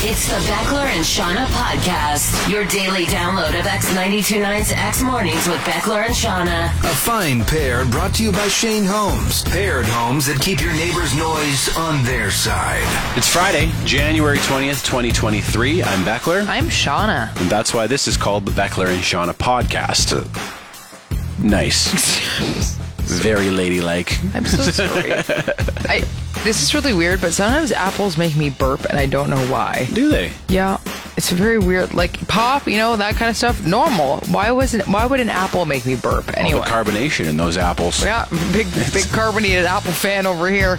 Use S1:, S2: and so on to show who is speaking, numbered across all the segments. S1: It's the Beckler and Shauna podcast, your daily download of X929's X Mornings with Beckler and Shauna.
S2: A fine pair brought to you by Shane Homes. Paired homes that keep your neighbor's noise on their side.
S3: It's Friday, January 20th, 2023. I'm Beckler,
S4: I'm Shauna.
S3: and that's why this is called the Beckler and Shauna podcast. Nice. Very ladylike.
S4: I'm so sorry. I, this is really weird, but sometimes apples make me burp, and I don't know why.
S3: Do they?
S4: Yeah, it's very weird. Like pop, you know, that kind of stuff. Normal. Why wasn't? Why would an apple make me burp
S3: All
S4: anyway?
S3: Oh, the carbonation in those apples.
S4: yeah, big big carbonated apple fan over here.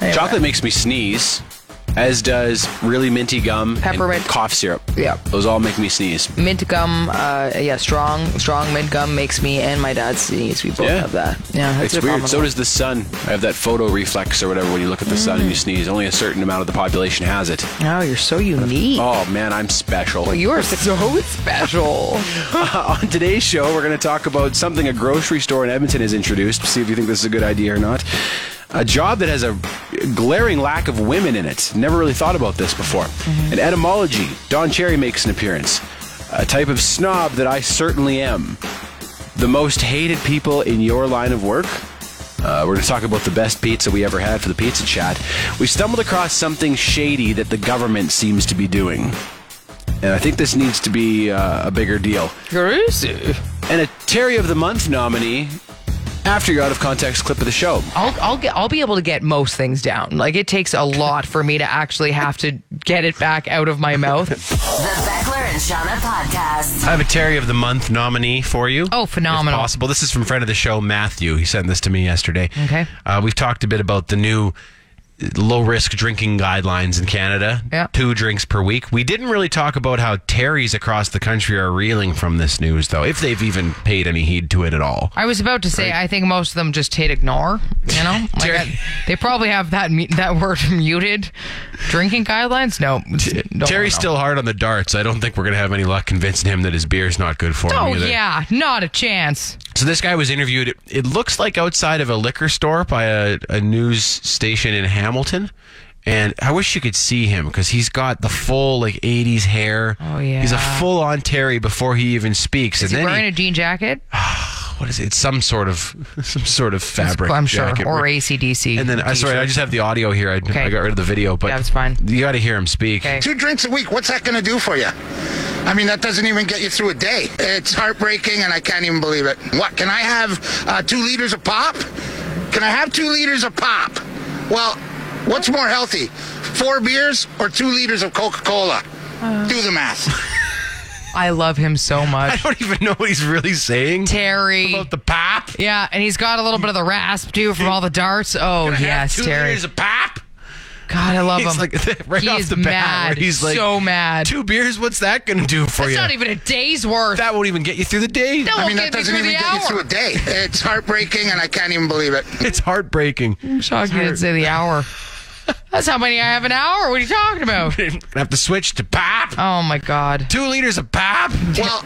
S4: Anyway.
S3: Chocolate makes me sneeze, as does really minty gum, and
S4: Peppermint.
S3: cough syrup.
S4: Yeah.
S3: Those all make me sneeze.
S4: Mint gum, uh, yeah, strong, strong mint gum makes me and my dad sneeze. We both
S3: Yeah.
S4: have that. Yeah,
S3: it's
S4: that's
S3: weird. So
S4: phenomenal.
S3: does the sun. I have that photo reflex or whatever when you look at the sun
S4: Mm.
S3: and you sneeze. Only a certain amount of the population has it.
S4: Oh, you're so unique.
S3: Oh man, I'm special.
S4: You are so special.
S3: On today's show, we're going to talk about something a grocery store in Edmonton has introduced. See if you think this is a good idea or not. A job that has a glaring lack of women in it. Never really thought about this before. An etymology. Don Cherry makes an appearance. A type of snob that I certainly am. The most hated people in your line of work. Uh, we're going to talk about the best pizza we ever had for the pizza chat. We stumbled across something shady that the government seems to be doing. And I think this needs to be uh, a bigger deal
S4: Crazy.
S3: and a Terry of the Month nominee after your out of context clip of the show.
S4: I'll I'll get I'll be able to get most things down. Like it takes a lot for me to actually have to get it back out of my mouth.
S1: The Beckler and Shauna podcast.
S5: I have a Terry of the Month nominee for you.
S4: Oh,
S5: if
S4: phenomenal.
S5: possible. This is from friend of the show, Matthew. He sent this to me yesterday.
S4: Okay.
S5: Uh, we've talked a bit about the new low risk drinking guidelines in Canada.
S4: Yeah.
S5: Two drinks per week. We didn't really talk about how Terry's across the country are reeling from this news, though, if they've even paid any heed to it at all.
S4: I was about to say I think most of them just hit ignore. You know, like
S5: Terry-
S4: I- they probably have that mu- that word muted. Drinking guidelines? No, don't
S5: Terry's
S4: know.
S5: still hard on the darts. I don't think we're going to have any luck convincing him that his beer's not good for
S4: Oh
S5: him either.
S4: yeah, not a chance.
S5: So this guy was interviewed. It, it looks like outside of a liquor store by a, a news station in Hamilton. And I wish you could see him because he's got the full like '80s hair.
S4: Oh, yeah.
S5: he's a full on Terry before he even speaks. and
S4: Is he
S5: then
S4: wearing
S5: he-
S4: a jean jacket?
S5: what is it? It's some sort of some sort of fabric.
S4: I'm sure,
S5: jacket.
S4: or ACDC.
S5: And then I sorry, I just have the audio here. I, I got rid of the video, but
S4: That's fine.
S5: You got to hear him speak.
S4: Okay.
S6: Two drinks a week, what's that going to do for you? I mean, that doesn't even get you through a day. It's heartbreaking, and I can't even believe it. What, can I have uh, two liters of pop? Can I have two liters of pop? Well, what's more healthy, four beers or two liters of Coca Cola?
S4: Uh.
S6: do the math.
S4: I love him so
S5: I
S4: much,
S5: don't even know what he's really saying
S4: Terry.
S5: about the pop.
S4: Yeah, and he's got a little bit of the rasp too from all the darts. Oh
S5: Can I have
S4: yes,
S5: two
S4: Terry.
S5: liters of pop.
S4: God, I love
S5: It's
S4: him.
S5: like right
S4: he
S5: off
S4: is
S5: the bat,
S4: mad.
S5: where he's like
S4: so mad.
S5: Two beers, what's that going to do for
S4: That's
S5: you?
S4: not even a day's worth.
S5: that won't even get you through the day.
S4: That
S6: I
S4: won't
S6: mean,
S4: get
S6: that
S4: me
S6: doesn't
S4: through
S6: even
S4: the
S6: get you through
S4: hour.
S6: a day. It's heartbreaking, and I can't even believe it.
S5: It's heartbreaking.
S4: I'm shocked you didn't say the hour. That's how many I have an hour. What are you talking about?
S5: I have to switch to pop.
S4: Oh my God.
S5: Two liters of pop.
S6: Well,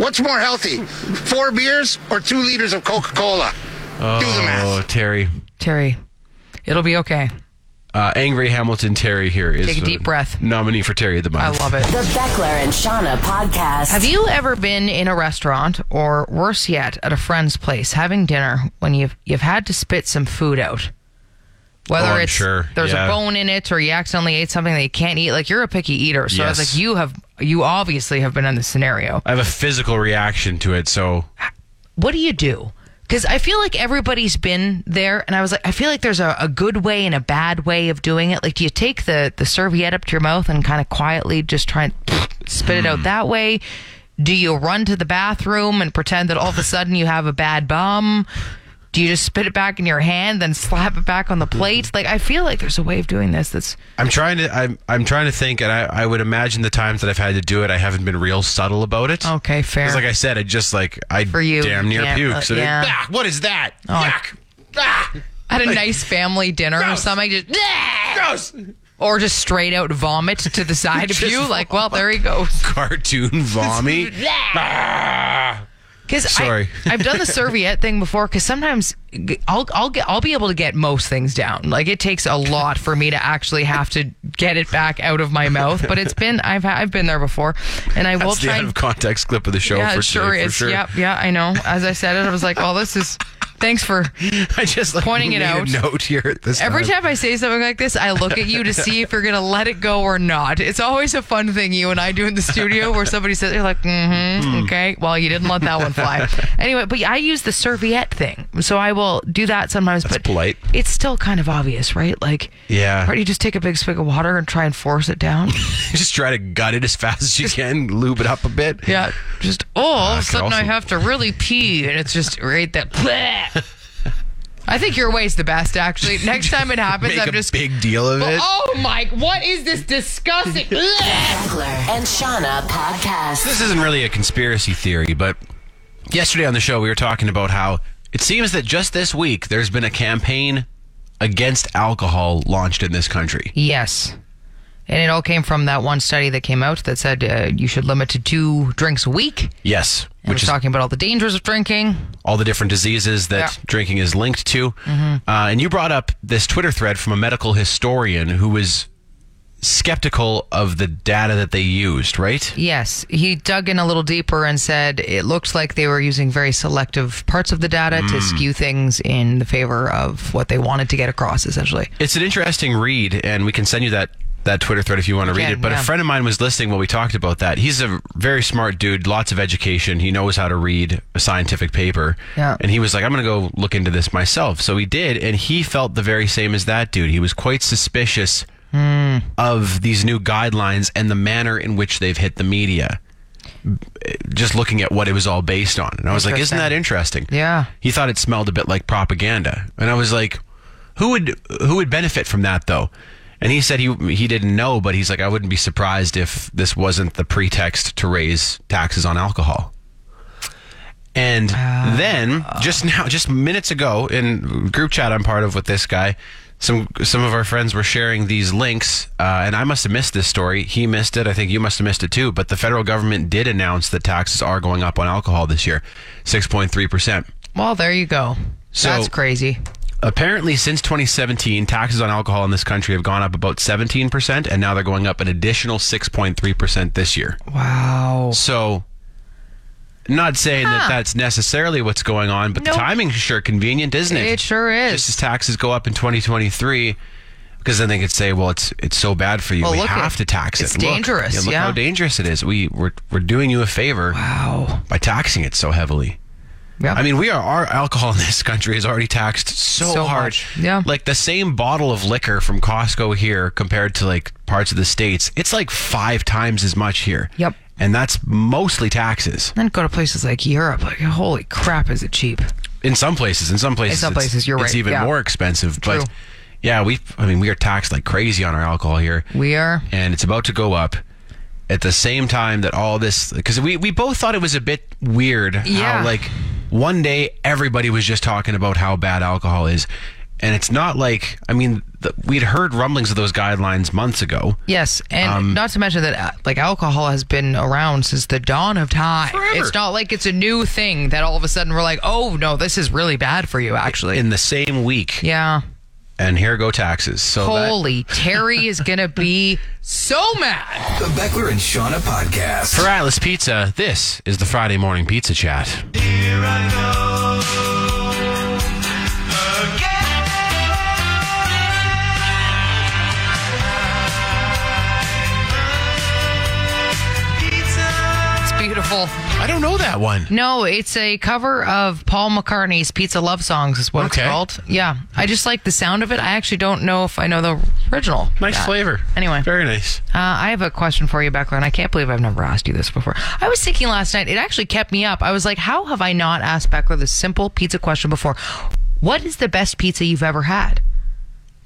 S6: what's more healthy, four beers or two liters of Coca Cola? do the math.
S5: Oh, Terry.
S4: Terry, it'll be okay.
S5: Uh, Angry Hamilton Terry here is
S4: Take a deep
S5: the
S4: breath.
S5: Nominee for Terry of the
S4: I
S5: month.
S4: love it.
S1: The Beckler and Shauna podcast.
S4: Have you ever been in a restaurant, or worse yet, at a friend's place having dinner when you've you've had to spit some food out? Whether
S5: Oh, I'm
S4: it's
S5: sure.
S4: there's
S5: Yeah.
S4: a bone in it, or you accidentally ate something that you can't eat, like you're a picky eater, so I was
S5: Yes.
S4: like, you have you obviously have been in this scenario.
S5: I have a physical reaction to it, so
S4: What do you do? Because I feel like everybody's been there, and I was like, I feel like there's a, a good way and a bad way of doing it. Like, do you take the the serviette up to your mouth and kind of quietly just try and spit it out that way? Do you run to the bathroom and pretend that all of a sudden you have a bad bum? Do you just spit it back in your hand, then slap it back on the plate? Like, I feel like there's a way of doing this that's
S5: I'm trying to. I'm I'm trying to think, and I, I would imagine the times that I've had to do it, I haven't been real subtle about it.
S4: okay, fair.
S5: Because like I said, I just like I
S4: For you,
S5: damn near
S4: yeah,
S5: puke.
S4: uh,
S5: so they-
S4: yeah. Oh,
S5: "Bah, what is that? Yuck. Ah,
S4: At a nice family dinner or
S5: Gross.
S4: something, just
S5: gross.
S4: or just straight out vomit to the side of
S5: Just
S4: you. Like, well, there he goes.
S5: Cartoon vommy.
S4: Because
S5: Sorry.
S4: I've done the serviette thing before. Because sometimes g- I'll I'll get I'll be able to get most things down. Like it takes a lot for me to actually have to get it back out of my mouth. But it's been I've ha- I've been there before, and I will
S5: That's the
S4: try.
S5: out
S4: and-
S5: of context clip of the show
S4: yeah,
S5: for
S4: it sure
S5: today, for
S4: is.
S5: sure.
S4: Yep, yeah, I know. As I said it, I was like, well, this is. Thanks for
S5: I just like
S4: Pointing it
S5: made
S4: out.
S5: A note here at this
S4: Every time I say something like this, I look at you to see if you're going to let it go or not. It's always a fun thing you and I do in the studio where somebody says, you're like, mm hmm, okay. Well, you didn't let that one fly. anyway, but I use the serviette thing. So I will do that sometimes. but
S5: polite.
S4: It's still kind of obvious, right? Like,
S5: Yeah.
S4: Or you just take a big swig of water and try and force it down.
S5: just try to gut it as fast as you can, lube it up a bit.
S4: yeah. Just, oh, all of a
S5: could
S4: sudden I
S5: also-
S4: have to really pee. And it's just right that. bleh. I think your way's the best, actually. Next time it happens,
S5: Make
S4: I'm
S5: a
S4: just
S5: big deal of it.
S4: Oh, Mike, what is this disgusting?
S1: Beckler and Shauna podcast.
S5: This isn't really a conspiracy theory, but yesterday on the show we were talking about how it seems that just this week there's been a campaign against alcohol launched in this country.
S4: yes. And it all came from that one study that came out that said uh, you should limit to two drinks a week. And
S5: Yes,
S4: Which
S5: which
S4: was
S5: is
S4: talking about all the dangers of drinking.
S5: all the different diseases that
S4: Yeah.
S5: drinking is linked to. Uh, and you brought up this Twitter thread from a medical historian who was skeptical of the data that they used, right?
S4: Yes, he dug in a little deeper and said it looks like they were using very selective parts of the data
S5: Mm.
S4: to skew things in the favor of what they wanted to get across, essentially.
S5: It's an interesting read, and we can send you that that Twitter thread if you want to read
S4: Again,
S5: it. But
S4: yeah.
S5: a friend of mine was listening while we talked about that. He's a very smart dude, lots of education. He knows how to read a scientific paper.
S4: Yeah.
S5: And he was like, I'm going to go look into this myself. So he did, and he felt the very same as that dude. He was quite suspicious
S4: Hmm.
S5: of these new guidelines and the manner in which they've hit the media. Just looking at what it was all based on. And I was like, isn't
S4: Interesting.
S5: that interesting?
S4: Yeah.
S5: He thought it smelled a bit like propaganda, and I was like, "Who would who would benefit from that though?" And he said he he didn't know, but he's like, "I wouldn't be surprised if this wasn't the pretext to raise taxes on alcohol." And then just now, just minutes ago, in group chat I'm part of with this guy, some some of our friends were sharing these links, uh, and I must have missed this story. He missed it. I think you must have missed it too. But the federal government did announce that taxes are going up on alcohol this year, six point three percent.
S4: Well, there you go.
S5: So-
S4: That's crazy.
S5: Apparently, since 2017, taxes on alcohol in this country have gone up about 17%, and now they're going up an additional 6.3% this year.
S4: Wow.
S5: So, not saying
S4: Huh.
S5: that that's necessarily what's going on, but
S4: Nope.
S5: the timing's sure convenient, isn't it?
S4: It sure is.
S5: Just as taxes go up in 2023, because then they could say, "Well, it's it's so bad for you,
S4: Well,
S5: we
S4: look,
S5: have
S4: it-
S5: to tax it."
S4: it's
S5: Look,
S4: dangerous,
S5: yeah, look
S4: yeah.
S5: how dangerous it is. We we're we're doing you a favor
S4: Wow.
S5: by taxing it so heavily.
S4: Yep.
S5: I mean, we are our alcohol in this country is already taxed so,
S4: So
S5: hard.
S4: much, yeah.
S5: like the same bottle of liquor from Costco here compared to like parts of the states, it's like five times as much here.
S4: Yep.
S5: and that's mostly taxes.
S4: then go to places like Europe. Like, holy crap, is it cheap?
S5: In some places, in some places,
S4: some
S5: it's-
S4: places, you're
S5: it's
S4: right,
S5: even
S4: yeah.
S5: more expensive.
S4: True.
S5: But yeah, we, I mean, we are taxed like crazy on our alcohol here.
S4: We are.
S5: and it's about to go up at the same time that all this because we, we both thought it was a bit weird
S4: Yeah.
S5: how like one day everybody was just talking about how bad alcohol is and it's not like i mean the, we'd heard rumblings of those guidelines months ago
S4: Yes, and
S5: Um,
S4: not to mention that uh, like alcohol has been around since the dawn of time.
S5: Forever.
S4: It's not like it's a new thing that all of a sudden we're like, oh no, this is really bad for you. Actually,
S5: in the same week
S4: yeah.
S5: and here go taxes so that-
S4: Holy Terry is gonna be so mad.
S2: The Beckler and Shauna podcast.
S5: for atlas pizza this is the friday morning pizza chat
S4: It's beautiful.
S5: i don't know that one
S4: No, it's a cover of Paul McCartney's "Pizza Love Songs" is what
S5: Okay.
S4: it's called. Yeah, I just like the sound of it. I actually don't know if I know the original.
S5: nice
S4: Yeah.
S5: flavor
S4: Anyway.
S5: very nice
S4: Uh, I have a question for you, Beckler, and I can't believe I've never asked you this before. I was thinking last night, it actually kept me up. I was like, how have I not asked Beckler this simple pizza question before? What is the best pizza you've ever had?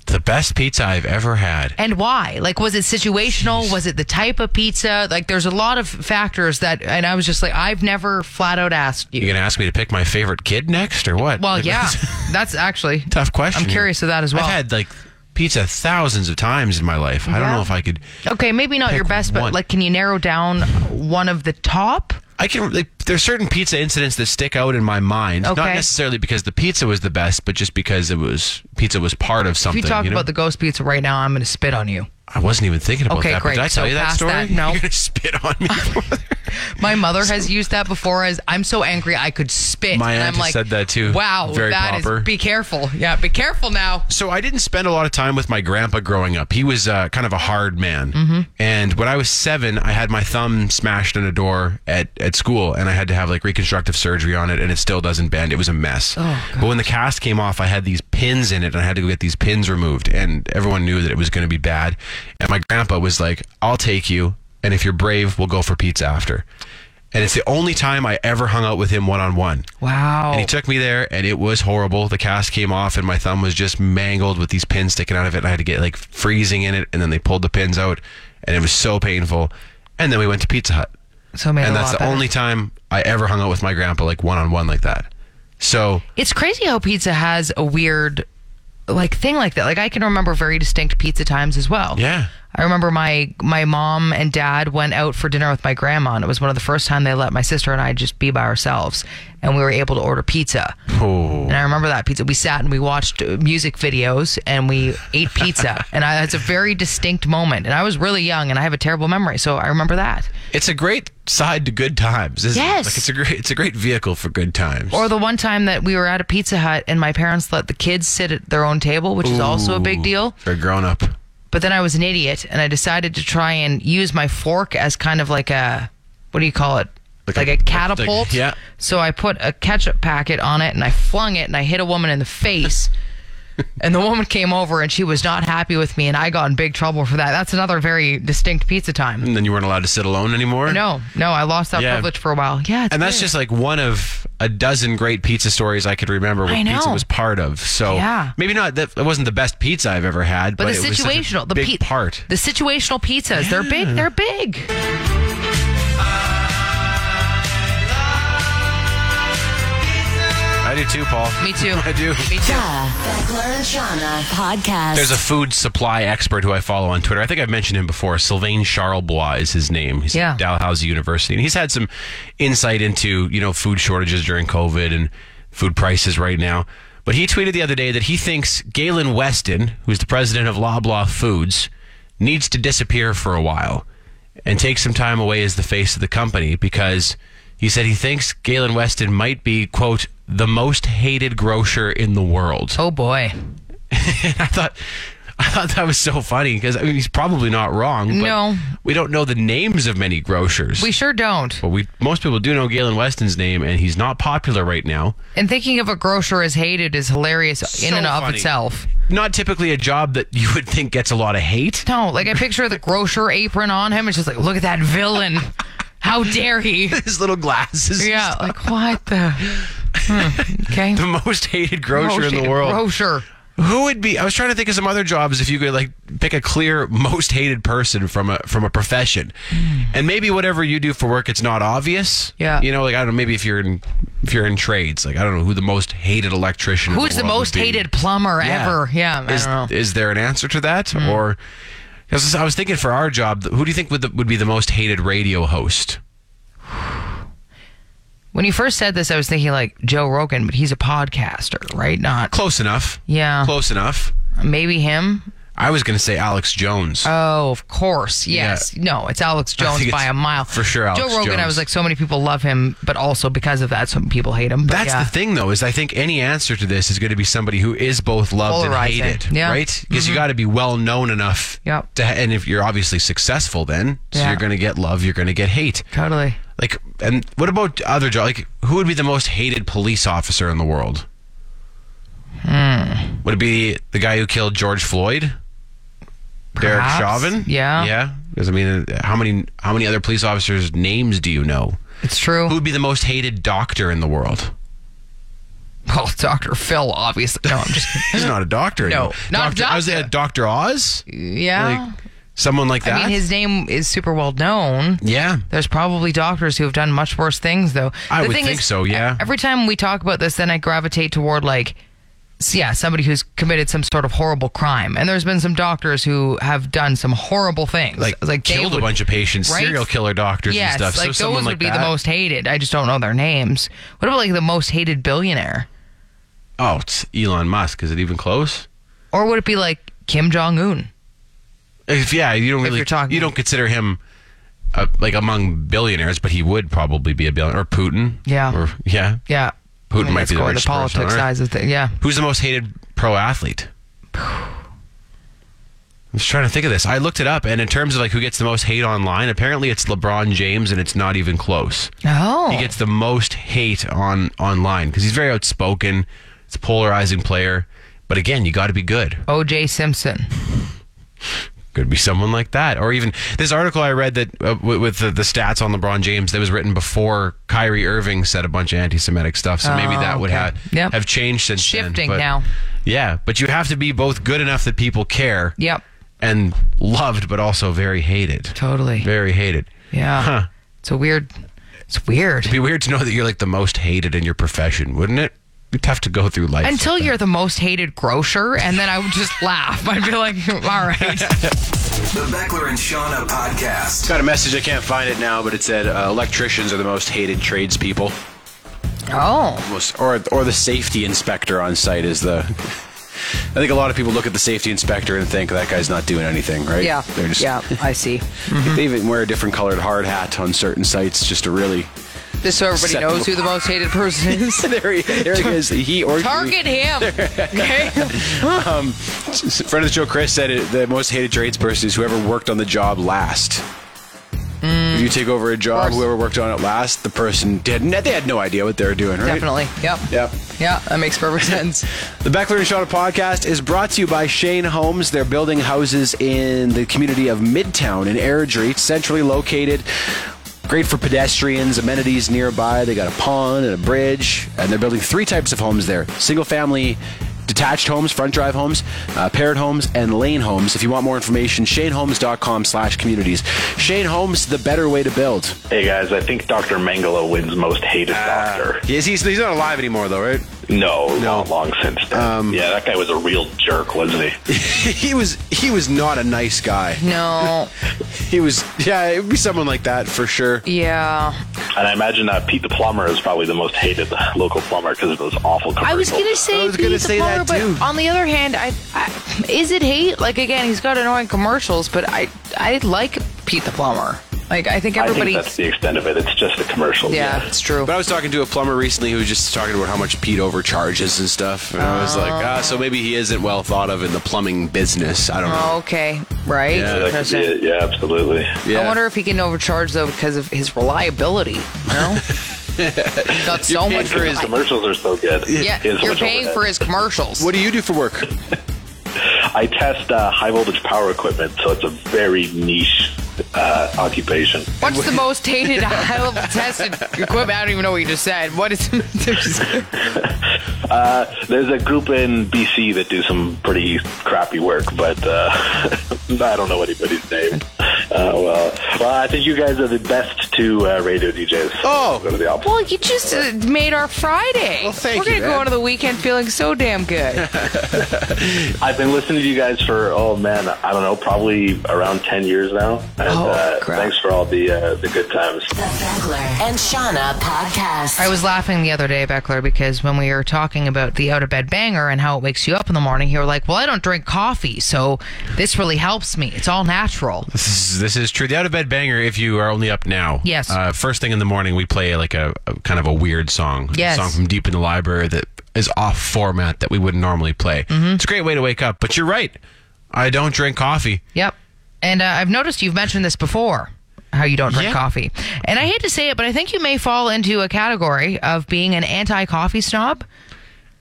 S5: the best pizza i've ever had
S4: And why? Like, was it situational? Was it the type of pizza? Like, there's a lot of factors that, and I was just like, I've never flat out asked you.
S5: you gonna ask me to pick my favorite kid next or what
S4: Well, yeah, that's actually
S5: tough question.
S4: I'm curious of that as well.
S5: I've had like pizza thousands of times in my life. I don't
S4: Yeah.
S5: know if I could.
S4: okay, maybe not
S5: Pick
S4: your best, but
S5: one.
S4: like, can you narrow down one of the top?
S5: I can. Like, there's certain pizza incidents that stick out in my mind, not
S4: Okay.
S5: necessarily because the pizza was the best, but just because it was pizza was part of
S4: If
S5: something.
S4: you talk
S5: you know?
S4: about the ghost pizza right now, I'm going to spit on you.
S5: I wasn't even thinking about
S4: Okay,
S5: that.
S4: great.
S5: But did I
S4: So
S5: tell you that
S4: past
S5: story?
S4: that, no.
S5: You're gonna spit on me.
S4: My mother has used that before as I'm so angry I could spit.
S5: My
S4: and
S5: aunt
S4: I'm like,
S5: said that too.
S4: Wow,
S5: Very
S4: that is-
S5: proper.
S4: be careful. Yeah, be careful now.
S5: so I didn't spend a lot of time with my grandpa growing up. He was uh, kind of a hard man. And when I was seven, I had my thumb smashed in a door at, at school, and I had to have like reconstructive surgery on it, and it still doesn't bend. It was a mess. but when the cast came off, I had these pins in it, and I had to go get these pins removed, and everyone knew that it was going to be bad. And my grandpa was like, "I'll take you, and if you're brave, we'll go for pizza after." And it's the only time I ever hung out with him one on one.
S4: Wow.
S5: And he took me there, and it was horrible. The cast came off, and my thumb was just mangled with these pins sticking out of it. And I had to get like freezing in it, and then they pulled the pins out, and it was so painful. And then we went to Pizza Hut,
S4: so it made
S5: and
S4: it a
S5: that's
S4: lot
S5: the
S4: better.
S5: only time I ever hung out with my grandpa like one on one like that. So
S4: It's crazy how pizza has a weird like thing like that. Like I can remember very distinct pizza times as well.
S5: Yeah.
S4: I remember my my mom and dad went out for dinner with my grandma and it was one of the first time they let my sister and I just be by ourselves and we were able to order pizza.
S5: Oh.
S4: And I remember that pizza. We sat and we watched uh, music videos and we ate pizza and I, that's a very distinct moment and I was really young and I have a terrible memory so I remember that.
S5: it's a great side to good times. Isn't
S4: Yes.
S5: it? like it's a great it's a great vehicle for good times.
S4: Or the one time that we were at a Pizza Hut and my parents let the kids sit at their own table, which is also a big deal.
S5: for a grown up.
S4: But then I was an idiot and I decided to try and use my fork as kind of like a what do you call it?
S5: Like
S4: Like,
S5: a-
S4: a, catapult.
S5: like- yeah.
S4: So I put a ketchup packet on it and I flung it and I hit a woman in the face. and the woman came over and she was not happy with me and I got in big trouble for that. That's another very distinct pizza time.
S5: And then you weren't allowed to sit alone anymore.
S4: No, no, I lost that
S5: Mm. Yeah.
S4: privilege for a while. Yeah, it's
S5: And that's
S4: weird.
S5: just like one of a dozen great pizza stories I could remember where
S4: I
S5: pizza
S4: know.
S5: was part of. So
S4: Yeah.
S5: maybe not that it wasn't the best pizza I've ever had, but,
S4: But, the
S5: it was such a
S4: situational, the
S5: big
S4: pi-
S5: part.
S4: the situational pizzas, they're big. They're big.
S5: I do too, Paul.
S4: Me too.
S5: I do.
S4: Me too.
S1: The Beckler and Shauna podcast.
S5: There's a food supply expert who I follow on Twitter. I think I've mentioned him before. Sylvain Charlebois is his name. He's
S4: Yeah.
S5: at Dalhousie University, and he's had some insight into you know food shortages during COVID and food prices right now. But he tweeted the other day that he thinks Galen Weston, who's the president of Loblaw Foods, needs to disappear for a while and take some time away as the face of the company because he said he thinks Galen Weston might be quote the most hated grocer in the world.
S4: Oh boy.
S5: And I thought I thought that was so funny because I mean he's probably not wrong. But
S4: No.
S5: we don't know the names of many grocers.
S4: We sure don't.
S5: but we most people do know Galen Weston's name, and he's not popular right now.
S4: And thinking of a grocer as hated is hilarious in
S5: So
S4: and of
S5: funny.
S4: itself.
S5: Not typically a job that you would think gets a lot of hate.
S4: No, like I picture the grocer apron on him. It's just like, look at that villain. How dare he?
S5: His little glasses.
S4: Yeah, like what the? Hmm, okay.
S5: The most hated grocer in the
S4: Grocer-
S5: world.
S4: Grocer.
S5: Who would be? I was trying to think of some other jobs if you could like pick a clear most hated person from a from a profession, and maybe whatever you do for work, it's not obvious.
S4: Hmm. Yeah.
S5: you know, like I don't know, maybe if you're in if you're in trades, like I don't know who the most hated electrician. in
S4: Who's the
S5: world would
S4: most
S5: be.
S4: hated plumber
S5: Yeah.
S4: ever? Yeah, I
S5: is,
S4: don't know. Hmm.
S5: is there an answer to that or? Because I was thinking for our job, who do you think would the, would be the most hated radio host?
S4: When you first said this, I was thinking like Joe Rogan, but he's a podcaster, right? Not
S5: Close enough.
S4: Yeah.
S5: Close enough.
S4: maybe him.
S5: I was going to say Alex Jones.
S4: Oh, of course. Yes. No, it's Alex Jones
S5: think
S4: by
S5: it's
S4: a mile.
S5: for sure Alex
S4: Joe Rogan, I
S5: Jones.
S4: was like, so many people love him, but also because of that, some people hate him. But
S5: That's
S4: yeah.
S5: the thing, though, is I think any answer to this is going to be somebody who is both loved
S4: Polarizing.
S5: and hated,
S4: Yeah. Mm-hmm.
S5: right? Because you got to be well known enough.
S4: Yep.
S5: To, ha- and if you're obviously successful, then so
S4: Yeah.
S5: you're going to get love, you're going to get hate.
S4: Totally.
S5: Like, and what about other jobs? Like, who would be the most hated police officer in the world? Hmm. Would it be the guy who killed George Floyd? Derek
S4: Perhaps.
S5: Chauvin?
S4: Yeah.
S5: Yeah. Because I mean, uh, how many how many other police officers' names do you know?
S4: It's true.
S5: Who would be the most hated doctor in the world?
S4: Well, Dr. Phil, obviously. No, I'm just
S5: He's not a doctor.
S4: No,
S5: anymore.
S4: not a
S5: doctor. I was
S4: doctor.
S5: at Doctor Oz.
S4: Yeah.
S5: Like someone like that.
S4: I mean, his name is super well known.
S5: yeah.
S4: There's probably doctors who have done much worse things, though.
S5: I would think so, yeah.
S4: Every time we talk about this, then I gravitate toward like s- yeah, somebody who's committed some sort of horrible crime. And there's been some doctors who have done some horrible things,
S5: like, like
S4: they
S5: killed
S4: would-
S5: a bunch of patients,
S4: right?
S5: serial killer doctors
S4: Yes,
S5: and stuff.
S4: like
S5: so someone
S4: those
S5: like
S4: would be
S5: that,
S4: the most hated. I just don't know their names. What about like the most hated billionaire?
S5: Oh, it's Elon Musk. Is it even close?
S4: Or would it be like Kim Jong Un?
S5: If yeah, you don't
S4: If
S5: really
S4: you're talking-
S5: you don't consider him uh, like among billionaires, but he would probably be a billionaire or Putin.
S4: Yeah.
S5: Or yeah.
S4: Yeah,
S5: Putin
S4: I mean,
S5: might
S4: let's
S5: be the
S4: go into
S5: richest person on
S4: politics
S5: Earth.
S4: size of thing. Yeah,
S5: Who's the most hated pro athlete? I'm just trying to think of this. I looked it up, and in terms of like who gets the most hate online, apparently it's LeBron James, and it's not even close.
S4: no,
S7: Oh.
S5: He gets the most hate on online because he's very outspoken. It's a polarizing player, but again, you got to be good.
S4: O.J. Simpson.
S5: Could be someone like that, or even this article I read that uh, with, with the, the stats on LeBron James that was written before Kyrie Irving said a bunch of anti-Semitic stuff. So maybe that would
S4: Oh, okay.
S5: have
S4: Yep.
S5: have changed since then,
S4: Shifting
S5: but-
S4: now.
S5: Yeah, but you have to be both good enough that people care.
S4: Yep,
S5: and loved, but also very hated.
S4: totally.
S5: Very hated.
S4: Yeah,
S5: Huh.
S4: it's a weird. It's weird.
S5: It'd be weird to know that you're like the most hated in your profession, wouldn't it? It'd be tough to go through life.
S4: Until you're the most hated grocer, and then I would just laugh. I'd be like, all right.
S2: The Beckler and Shauna podcast.
S3: Got a message. I can't find it now, but it said uh, electricians are the most hated tradespeople.
S4: Oh,
S3: Most- or or the safety inspector on site is the. I think a lot of people look at the safety inspector and think that guy's not doing anything, right?
S7: Yeah.
S3: They're just,
S7: yeah, I see.
S3: They even wear a different colored hard hat on certain sites just to really.
S7: Just so everybody
S3: Set
S7: knows who the most hated person is.
S3: there, he, there he is. He or
S4: target him. Okay.
S3: Friend of the show, Chris said it, the most hated tradesperson is whoever worked on the job last. if you take over a job,
S7: Mm. course.
S3: whoever worked on it last, the person didn't. They had no idea what they were doing, right?
S7: Definitely. Yep.
S3: Yep.
S7: Yeah, that makes perfect sense.
S3: The Beckler and Shauna podcast is brought to you by Shane Homes. They're building houses in the community of Midtown in Airdrie, It's centrally located. Great for pedestrians, amenities nearby. They got a pond and a bridge, and they're building three types of homes there single family, detached homes, front drive homes, uh, paired homes, and lane homes. If you want more information, shanehomes.com slash communities. Shane Homes, the better way to build.
S8: Hey guys, I think Dr. Mangala wins most hated doctor.
S3: He's, he's, he's not alive anymore, though, right?
S8: No, long, long since then. yeah, that guy was a real jerk, wasn't he?
S3: he was he was not a nice guy.
S4: No.
S3: He was, yeah, it would be someone like that for sure.
S4: Yeah.
S8: And I imagine uh, Pete the plumber is probably the most hated local plumber because of those awful commercials.
S4: I was gonna say,
S3: I was gonna
S4: be the
S3: say
S4: plumber,
S3: that
S4: but
S3: too.
S4: on the other hand, I, I is it hate? Like again, he's got annoying commercials, but I I like Pete the plumber. Like I think
S8: I think
S4: everybody.
S8: that's the extent of it. It's just a commercial.
S4: yeah, it's true.
S3: But I was talking to a plumber recently who was just talking about how much Pete overcharges and stuff. And I was like,
S4: Oh.
S3: ah, so maybe he isn't well thought of in the plumbing business. I don't know.
S4: okay, right.
S8: Yeah, that could be it. yeah absolutely.
S3: Yeah.
S4: I wonder if he can overcharge though because of his reliability. No, got so
S3: paying
S4: much
S3: for his
S8: His commercials are so good.
S4: Yeah,
S8: He has so
S4: you're
S8: much
S4: paying
S8: overhead.
S4: for his commercials.
S3: What do you do for work?
S8: I test uh, high voltage power equipment, so it's a very niche uh, occupation.
S4: What's the most hated high level tested equipment? I don't even know what you just said. What is?
S8: Uh, there's a group in BC that do some pretty crappy work, but uh, I don't know anybody's name. Uh, well, well, I think you guys are the best two uh, radio DJs.
S3: Oh.
S8: Go to the opposite.
S4: well, you just uh, made our Friday.
S3: Well, thank
S4: We're
S3: you,
S4: gonna go
S3: man.
S4: into the weekend feeling so damn good.
S8: I've been listening to you guys for oh man, I don't know, probably around ten years now. And
S4: Oh,
S8: uh,
S4: crap.
S8: thanks for all the uh, the good times.
S1: The Beckler and Shauna podcast.
S4: I was laughing the other day, Beckler, because when we were talking about the out of bed banger and how it wakes you up in the morning, you were like, "Well, I don't drink coffee, so this really helps me. It's all natural."
S5: This is, this is true. The out of bed banger. If you are only up now,
S4: Yes.
S5: Uh, first thing in the morning, we play like a, a kind of a weird song,
S4: Yes.
S5: a song from deep in the library that is off format that we wouldn't normally play.
S4: Mm-hmm.
S5: It's a great way to wake up. But you're right. I don't drink coffee.
S4: Yep. And uh, I've noticed you've mentioned this before. How you don't drink
S5: Yeah.
S4: coffee. And I hate to say it, but I think you may fall into a category of being an anti coffee snob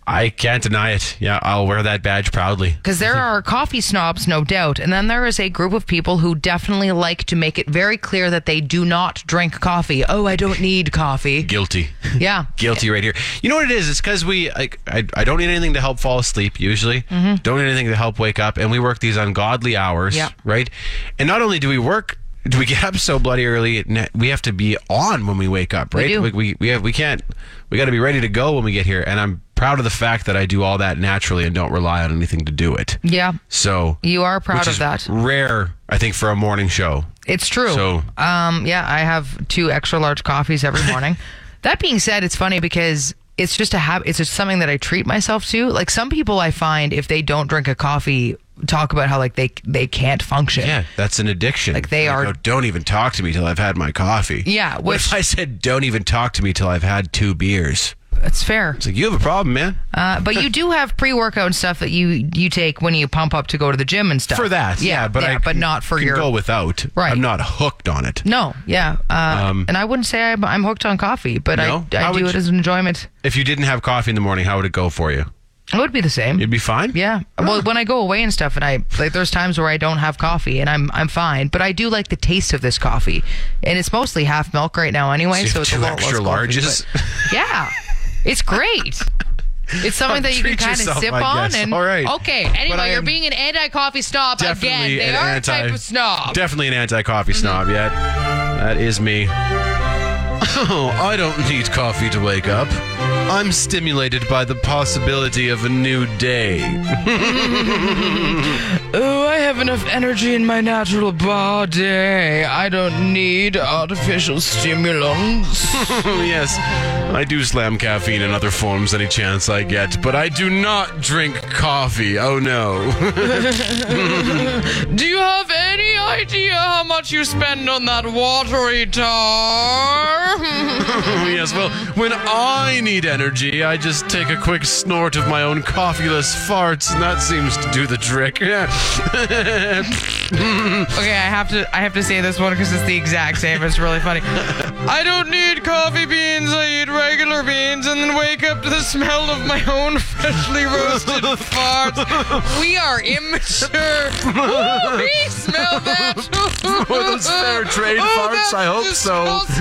S5: I can't deny it. Yeah, I'll wear that badge proudly.
S4: because there are coffee snobs, no doubt. And then there is a group of people who definitely like to make it very clear that they do not drink coffee. Oh, I don't need coffee.
S5: Guilty.
S4: Yeah.
S5: Guilty right here. You know what it is? It's because we, like, I, I don't need anything to help fall asleep usually.
S4: Mm-hmm.
S5: Don't need anything to help wake up. And we work these ungodly hours,
S4: Yeah.
S5: right? And not only do we work, do we get up so bloody early? n- We have to be on when we wake up, right?
S4: do.
S5: We, we, we, have, we can't, we got to be ready to go when we get here. And I'm proud of the fact that I do all that naturally and don't rely on anything to do it.
S4: Yeah.
S5: So
S4: You are proud
S5: which
S4: of
S5: is
S4: that.
S5: Rare, I think, for a morning show.
S4: It's true.
S5: So-
S4: um, yeah, I have two extra large coffees every morning. that being said, it's funny because it's just a habit. It's just something that I treat myself to. Like some people, I find if they don't drink a coffee, talk about how like they they can't function.
S5: Yeah, that's an addiction.
S4: Like, they are-
S5: "Oh, don't even talk to me till I've had my coffee.
S4: Yeah,
S5: what
S4: which-
S5: if I said don't even talk to me till I've had two beers?
S4: That's fair.
S5: It's like you have a problem, man.
S4: Uh, but you do have pre-workout and stuff that you you take when you pump up to go to the gym and stuff.
S5: for that, yeah, but I
S4: but not for
S5: can
S4: your
S5: go without.
S4: Right.
S5: I'm not hooked on it.
S4: No, yeah, uh, and I wouldn't say I'm, I'm hooked on coffee, but
S5: Um, No?
S4: I, I
S5: How
S4: do
S5: would
S4: it
S5: you-
S4: as an enjoyment.
S5: If you didn't have coffee in the morning, how would it go for you?
S4: It would be the same.
S5: You'd be fine.
S4: Yeah. Well, when I go away and stuff, and I like, there's times where I don't have coffee, and I'm I'm fine, but I do like the taste of this coffee, and it's mostly half milk right now anyway,
S5: So
S4: so,
S5: you have
S4: it's
S5: two
S4: a lot
S5: extra
S4: less coffee,
S5: larges?
S4: but- yeah, it's great. It's something that you can
S5: Treat
S4: kind of
S5: yourself,
S4: sip
S5: I
S4: on,
S5: guess.
S4: and
S5: All right.
S4: okay.
S5: I
S4: Anyway, you're
S5: am
S4: being an anti-coffee snob again.
S5: Definitely
S4: They
S5: an
S4: are
S5: anti,
S4: a type of snob. Mm-hmm.
S5: Definitely an anti-coffee snob. Yeah, that is me. Oh, I don't need coffee to wake up. I'm stimulated by the possibility of a new day.
S7: Oh, I have enough energy in my natural body. I don't need artificial stimulants.
S5: yes, I do slam caffeine in other forms any chance I get, but I do not drink coffee. Oh no.
S7: Do you have any idea how much you spend on that watery tar?
S5: yes, well, when I need energy, I just take a quick snort of my own coffeeless farts, and that seems to do the trick.
S7: okay, I have to I have to say this one because it's the exact same. It's really funny. I don't need coffee beans. I eat regular beans and then wake up to the smell of my own freshly roasted farts. We are immature. Woo, smell that.
S5: Were those
S4: Uh,
S5: fair trade
S4: oh,
S5: farts? I hope so.
S7: so.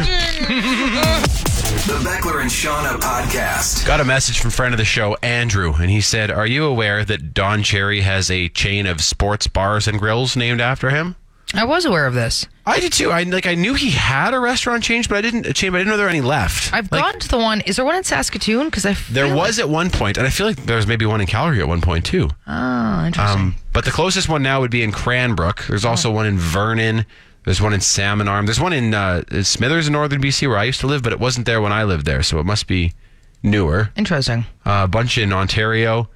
S2: The Beckler and Shauna podcast.
S5: Got a message from friend of the show, Andrew, and he said, Are you aware that Don Cherry has a chain of sports bars and grills named after him?
S4: I was aware of this.
S5: I did too. I like I knew he had a restaurant change, but I didn't a chain, but I didn't know there were any left.
S4: I've
S5: Like,
S4: gone to the one. Is there one in Saskatoon? Because I
S5: There
S4: feel-
S5: was at one point, and I feel like there was maybe one in Calgary at one point too.
S4: Oh, interesting. Oh.
S5: Um, but the closest one now would be in Cranbrook. There's also one in Vernon. There's one in Salmon Arm. There's one in uh, Smithers in northern BC where I used to live, but it wasn't there when I lived there, so it must be newer.
S4: interesting.
S5: Uh, a bunch in Ontario.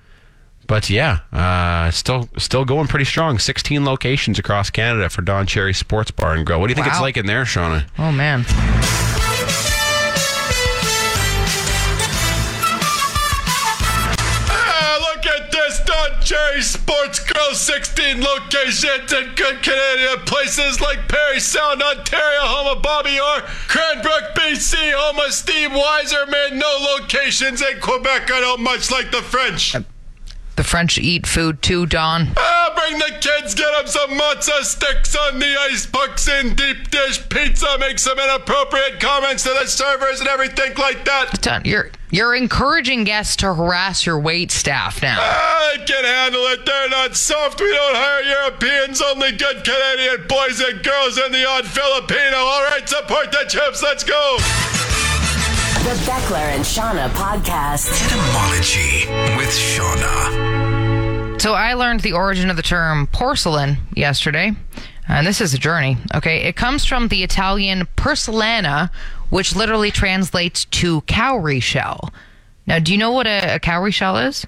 S5: But yeah, uh, still still going pretty strong. 16 locations across Canada for Don Cherry Sports Bar and Grill. What do you think it's
S4: Wow.
S5: like in there, Shauna?
S4: Oh man.
S5: Ah, look at this Don Cherry Sports Grill, 16 locations in good Canadian places like Perry Sound, Ontario, home of Bobby Orr, Cranbrook, BC, home of Steve Weiserman. No locations in Quebec. I don't much like the French.
S4: The French eat food too, Don.
S5: Ah, bring the kids, get them some matzo sticks on the ice pucks in deep dish pizza, make some inappropriate comments to the servers and everything like that.
S4: Don, you're you're encouraging guests to harass your wait staff now.
S5: I can handle it. They're not soft. We don't hire Europeans, only good Canadian boys and girls and the odd Filipino. All right, support the chips. Let's go.
S1: The Beckler and Shauna podcast.
S2: Etymology with Shauna.
S4: So I learned the origin of the term porcelain yesterday, and this is a journey. Okay, it comes from the Italian porcellana, which literally translates to cowrie shell. Now, do you know what a, a cowrie shell is?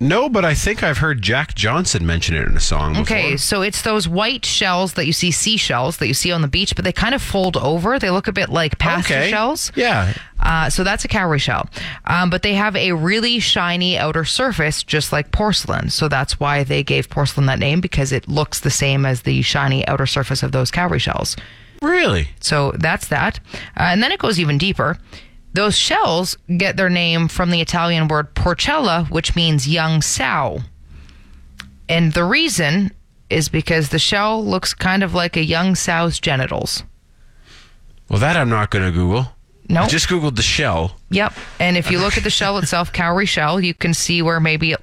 S5: No, but I think I've heard Jack Johnson mention it in a song before.
S4: Okay, so it's those white shells that you see, seashells that you see on the beach, but they kind of fold over. They look a bit like pasta
S5: Okay.
S4: shells.
S5: Yeah.
S4: Uh, so that's a cowrie shell. Um, but they have a really shiny outer surface, just like porcelain. So that's why they gave porcelain that name because it looks the same as the shiny outer surface of those cowrie shells.
S5: Really?
S4: So that's that. Uh, and then it goes even deeper. Those shells get their name from the Italian word porcella, which means young sow. And the reason is because the shell looks kind of like a young sow's genitals.
S5: Well, that I'm not going to Google.
S4: No.
S5: I just Googled the shell.
S4: Yep. And if you look at the shell itself, cowrie shell, you can see where maybe it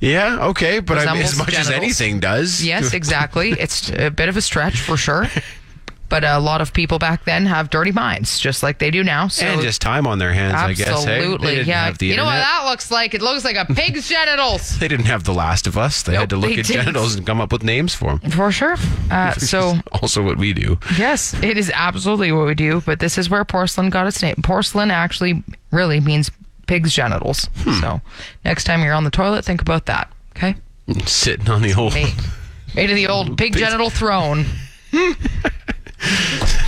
S5: Yeah, okay, but I mean,
S4: Resembles
S5: as much as
S4: genitals.
S5: anything does.
S4: Yes, exactly. It's a bit of a stretch for sure. But a lot of people back then have dirty minds, just like they do now. So
S5: and just time on their hands, I guess. Hey? They
S4: absolutely,
S5: didn't
S4: yeah.
S5: have the
S4: you know what
S5: internet.
S4: that looks like? It looks like a pig's genitals.
S5: They didn't have The Last of Us. They had to
S4: Nope,
S5: look
S4: they
S5: at
S4: didn't.
S5: genitals and come up with names for them.
S4: For sure. Uh, so
S5: also what we do.
S4: Yes, it is absolutely what we do, but this is where porcelain got its name. Porcelain actually really means pig's genitals.
S5: Hmm.
S4: So next time you're on the toilet, think about that. Okay?
S5: Sitting on the old
S4: Made, made of the old pig genital throne.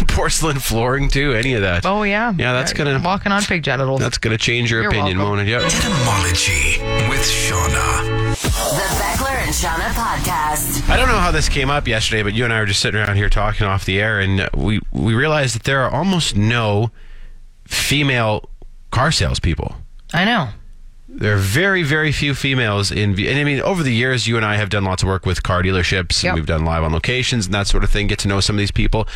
S5: porcelain flooring too. Any of that?
S4: Oh, yeah.
S5: Yeah, that's
S4: Uh,
S5: gonna
S4: Walking on pig genitals.
S5: that's gonna change your
S4: You're
S5: opinion,
S4: welcome.
S5: Mona. Yep.
S2: Etymology with Shauna.
S1: The Beckler and Shauna Podcast.
S5: I don't know how this came up yesterday, but you and I were just sitting around here talking off the air, and we we realized that there are almost no female car salespeople.
S4: I know.
S5: There are very, very few females in. And I mean, over the years, you and I have done lots of work with car dealerships.
S4: Yep.
S5: And we've done live on locations and that sort of thing. Get to know some of these people.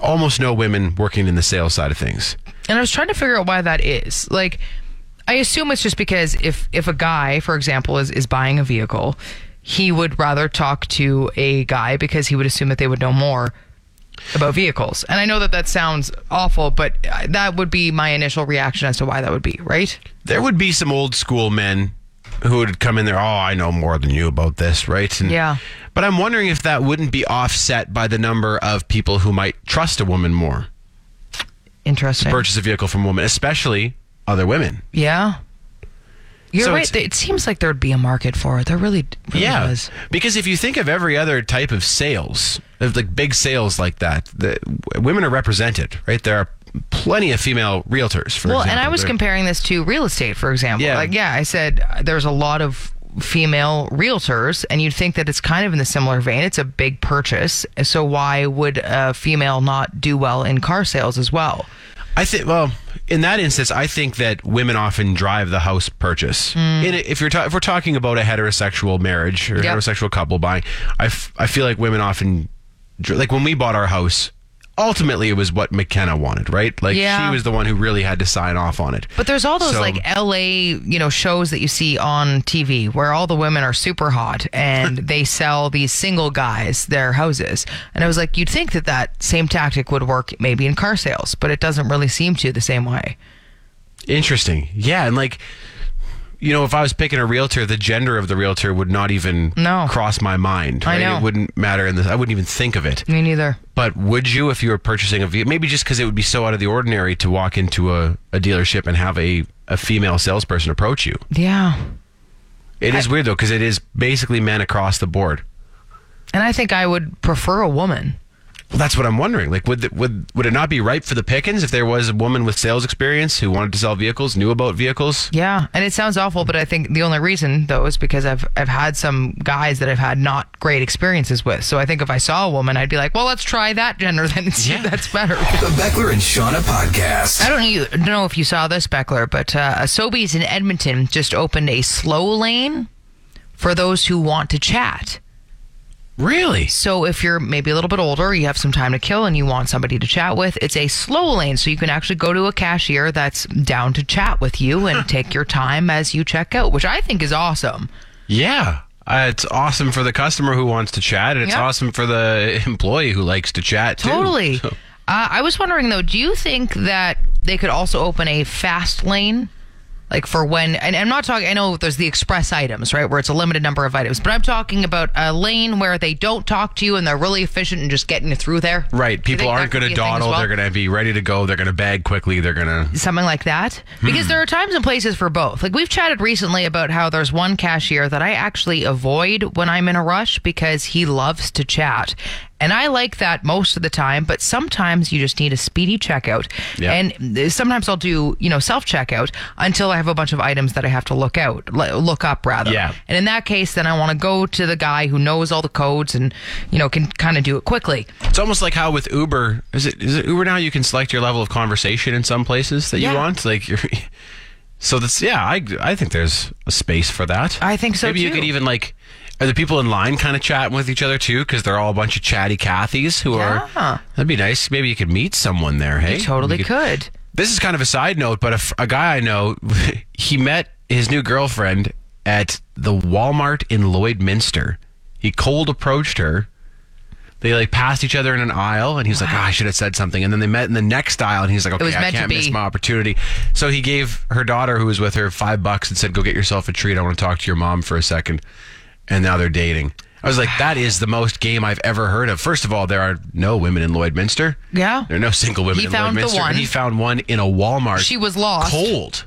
S5: Almost no women working in the sales side of things.
S4: And I was trying to figure out why that is. Like, I assume it's just because if if a guy, for example, is is buying a vehicle, he would rather talk to a guy because he would assume that they would know more about vehicles. And I know that that sounds awful, but uh, that would be my initial reaction as to why that would be, right?
S5: There would be some old school men who would come in there. Oh, I know more than you about this, right? And,
S4: Yeah.
S5: But I'm wondering if that wouldn't be offset by the number of people who might trust a woman more,
S4: Interesting.
S5: purchase a vehicle from a woman, especially other women.
S4: yeah. You're
S5: So
S4: right.
S5: it's-
S4: It seems like there'd be a market for it. There really, really
S5: yeah,
S4: does.
S5: because if you think of every other type of sales, of like big sales like that, the w- women are represented, right? There are plenty of female realtors. For
S4: well, and
S5: example.
S4: I was
S5: There-
S4: comparing this to real estate, for example.
S5: Yeah.
S4: Like, yeah, I said uh, there's a lot of female realtors, and you'd think that it's kind of in the similar vein. It's a big purchase. So, why would a female not do well in car sales as well?
S5: I think. Well, in that instance, I think that women often drive the house purchase.
S4: Hmm.
S5: In a, if you're ta- if we're talking about a heterosexual marriage or
S4: Yep.
S5: heterosexual couple buying, I, f- I feel like women often dr- like when we bought our house. Ultimately, it was what McKenna wanted, right? Like
S4: Yeah.
S5: she was the one who really had to sign off on it.
S4: But there's all those
S5: So-
S4: like LA, you know, shows that you see on TV where all the women are super hot and they sell these single guys their houses. And I was like, you'd think that that same tactic would work maybe in car sales, but it doesn't really seem to the same way.
S5: Interesting. Yeah, and like you know, if I was picking a realtor, the gender of the realtor would not even
S4: No.
S5: cross my mind.
S4: I
S5: Right?
S4: know.
S5: It wouldn't matter in this. I wouldn't even think of it.
S4: Me neither.
S5: But would you if you were purchasing a vehicle? Maybe just because it would be so out of the ordinary to walk into a, a dealership and have a, a female salesperson approach you.
S4: Yeah.
S5: It is weird though because it is basically men across the board.
S4: And I think I would prefer a woman.
S5: Well, that's what I'm wondering. Like, would the, would would it not be ripe for the pickings if there was a woman with sales experience who wanted to sell vehicles, knew about vehicles?
S4: Yeah. And it sounds awful, but I think the only reason though is because I've I've had some guys that I've had not great experiences with. So I think if I saw a woman, I'd be like, well, let's try that gender then and see if
S5: Yeah.
S4: that's better.
S2: The Beckler and Shauna podcast.
S4: I don't know, you- don't know if you saw this, Beckler, but uh, a Sobeys in Edmonton just opened a slow lane for those who want to chat.
S5: Really?
S4: So if you're maybe a little bit older, you have some time to kill and you want somebody to chat with, it's a slow lane. So you can actually go to a cashier that's down to chat with you and take your time as you check out, which I think is awesome.
S5: Yeah. Uh, it's awesome for the customer who wants to chat, and it's
S4: Yeah.
S5: awesome for the employee who likes to chat too.
S4: Totally.
S5: So-
S4: Uh, I was wondering though, do you think that they could also open a fast lane? Like for when, and I'm not talking, I know there's the express items, right? Where it's a limited number of items, but I'm talking about a lane where they don't talk to you and they're really efficient in just getting you through there.
S5: Right.
S4: Do you
S5: People
S4: think that
S5: aren't
S4: could
S5: going
S4: be
S5: to
S4: a thing as
S5: dawdle.
S4: well?
S5: They're going to be ready to go. They're going to bag quickly. They're going to.
S4: something like that because there are times and places for both like we've chatted recently about how there's one cashier that i actually avoid when i'm in a rush because he loves to chat and i like that most of the time but sometimes you just need a speedy checkout
S5: Yeah.
S4: and uh, sometimes i'll do you know self checkout until i have a bunch of items that i have to look out li- look up rather
S5: Yeah.
S4: and in that case then i want to go to the guy who knows all the codes and you know can kind of do it quickly
S5: It's almost like how with Uber is it is it Uber now? You can select your level of conversation in some places that
S4: Yeah.
S5: you want. Like you're. So that's yeah. I I think there's a space for that.
S4: I think so,
S5: Maybe you
S4: too.
S5: could even like. Are the people in line kind of chatting with each other too? Because they're all a bunch of chatty Cathys who
S4: Yeah.
S5: are. That'd be nice. Maybe you could meet someone there. Hey,
S4: you totally
S5: We
S4: could
S5: This is kind of a side note, but a, f- a guy I know, he met his new girlfriend at the Walmart in Lloydminster. He cold approached her, They like passed each other in an aisle, and he was like, "Ah, "I should have said something." And then they met in the next aisle, and he's like,
S4: was
S5: "Okay, I
S4: meant to
S5: can't miss
S4: be.
S5: my opportunity." So he gave her daughter, who was with her, five bucks and said, "Go get yourself a treat. I want to talk to your mom for a second. And now they're dating. I was like, "That is the most game I've ever heard of." First of all, there are no women in Lloydminster.
S4: Yeah.
S5: there are no single women.
S4: He
S5: in
S4: found the
S5: Lloydminster.
S4: one.
S5: He found one in a Walmart.
S4: She was lost.
S5: Cold.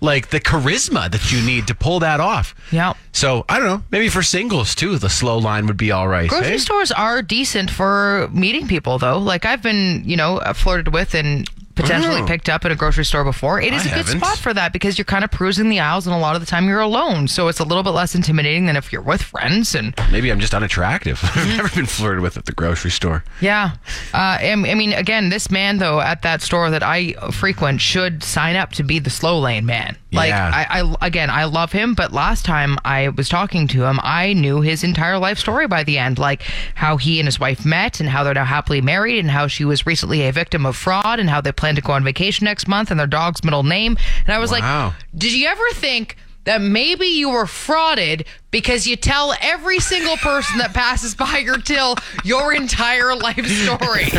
S5: Like the charisma that you need to pull that off.
S4: Yep.
S5: So I don't know. Maybe for singles too, the slow line would be all right.
S4: Grocery
S5: eh?
S4: stores are decent for meeting people, though. Like I've been, you know, uh, flirted with and potentially
S5: Oh.
S4: picked up at a grocery store before. It is
S5: I
S4: a good
S5: haven't.
S4: spot for that because you're kind of perusing the aisles, and a lot of the time you're alone, so it's a little bit less intimidating than if you're with friends. And
S5: Maybe I'm just unattractive.
S4: Mm-hmm.
S5: I've never been flirted with at the grocery store.
S4: yeah, uh, I m- I mean, again, this man though at that store that I frequent should sign up to be the slow lane man. Like
S5: Yeah.
S4: I, I again, I love him, but last time I was talking to him, I knew his entire life story by the end, like how he and his wife met, and how they're now happily married, and how she was recently a victim of fraud, and how they plan to go on vacation next month, and their dog's middle name. And I was
S5: Wow.
S4: like, did you ever think? That maybe you were frauded because you tell every single person that passes by your till your entire life story.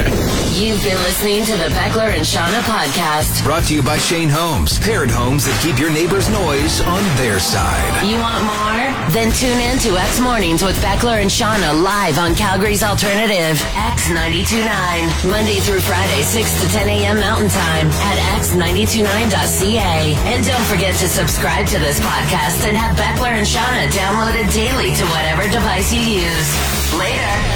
S1: You've been listening to the Beckler and Shauna podcast.
S2: Brought to you by Shane Holmes. Paired homes that keep your neighbor's noise on their side.
S1: You want more? Then tune in to X Mornings with Beckler and Shauna live on Calgary's Alternative, X929. Monday through Friday, 6 to 10 a.m. Mountain Time at x929.ca. And don't forget to subscribe to this podcast and have Beckler and Shauna downloaded daily to whatever device you use. Later.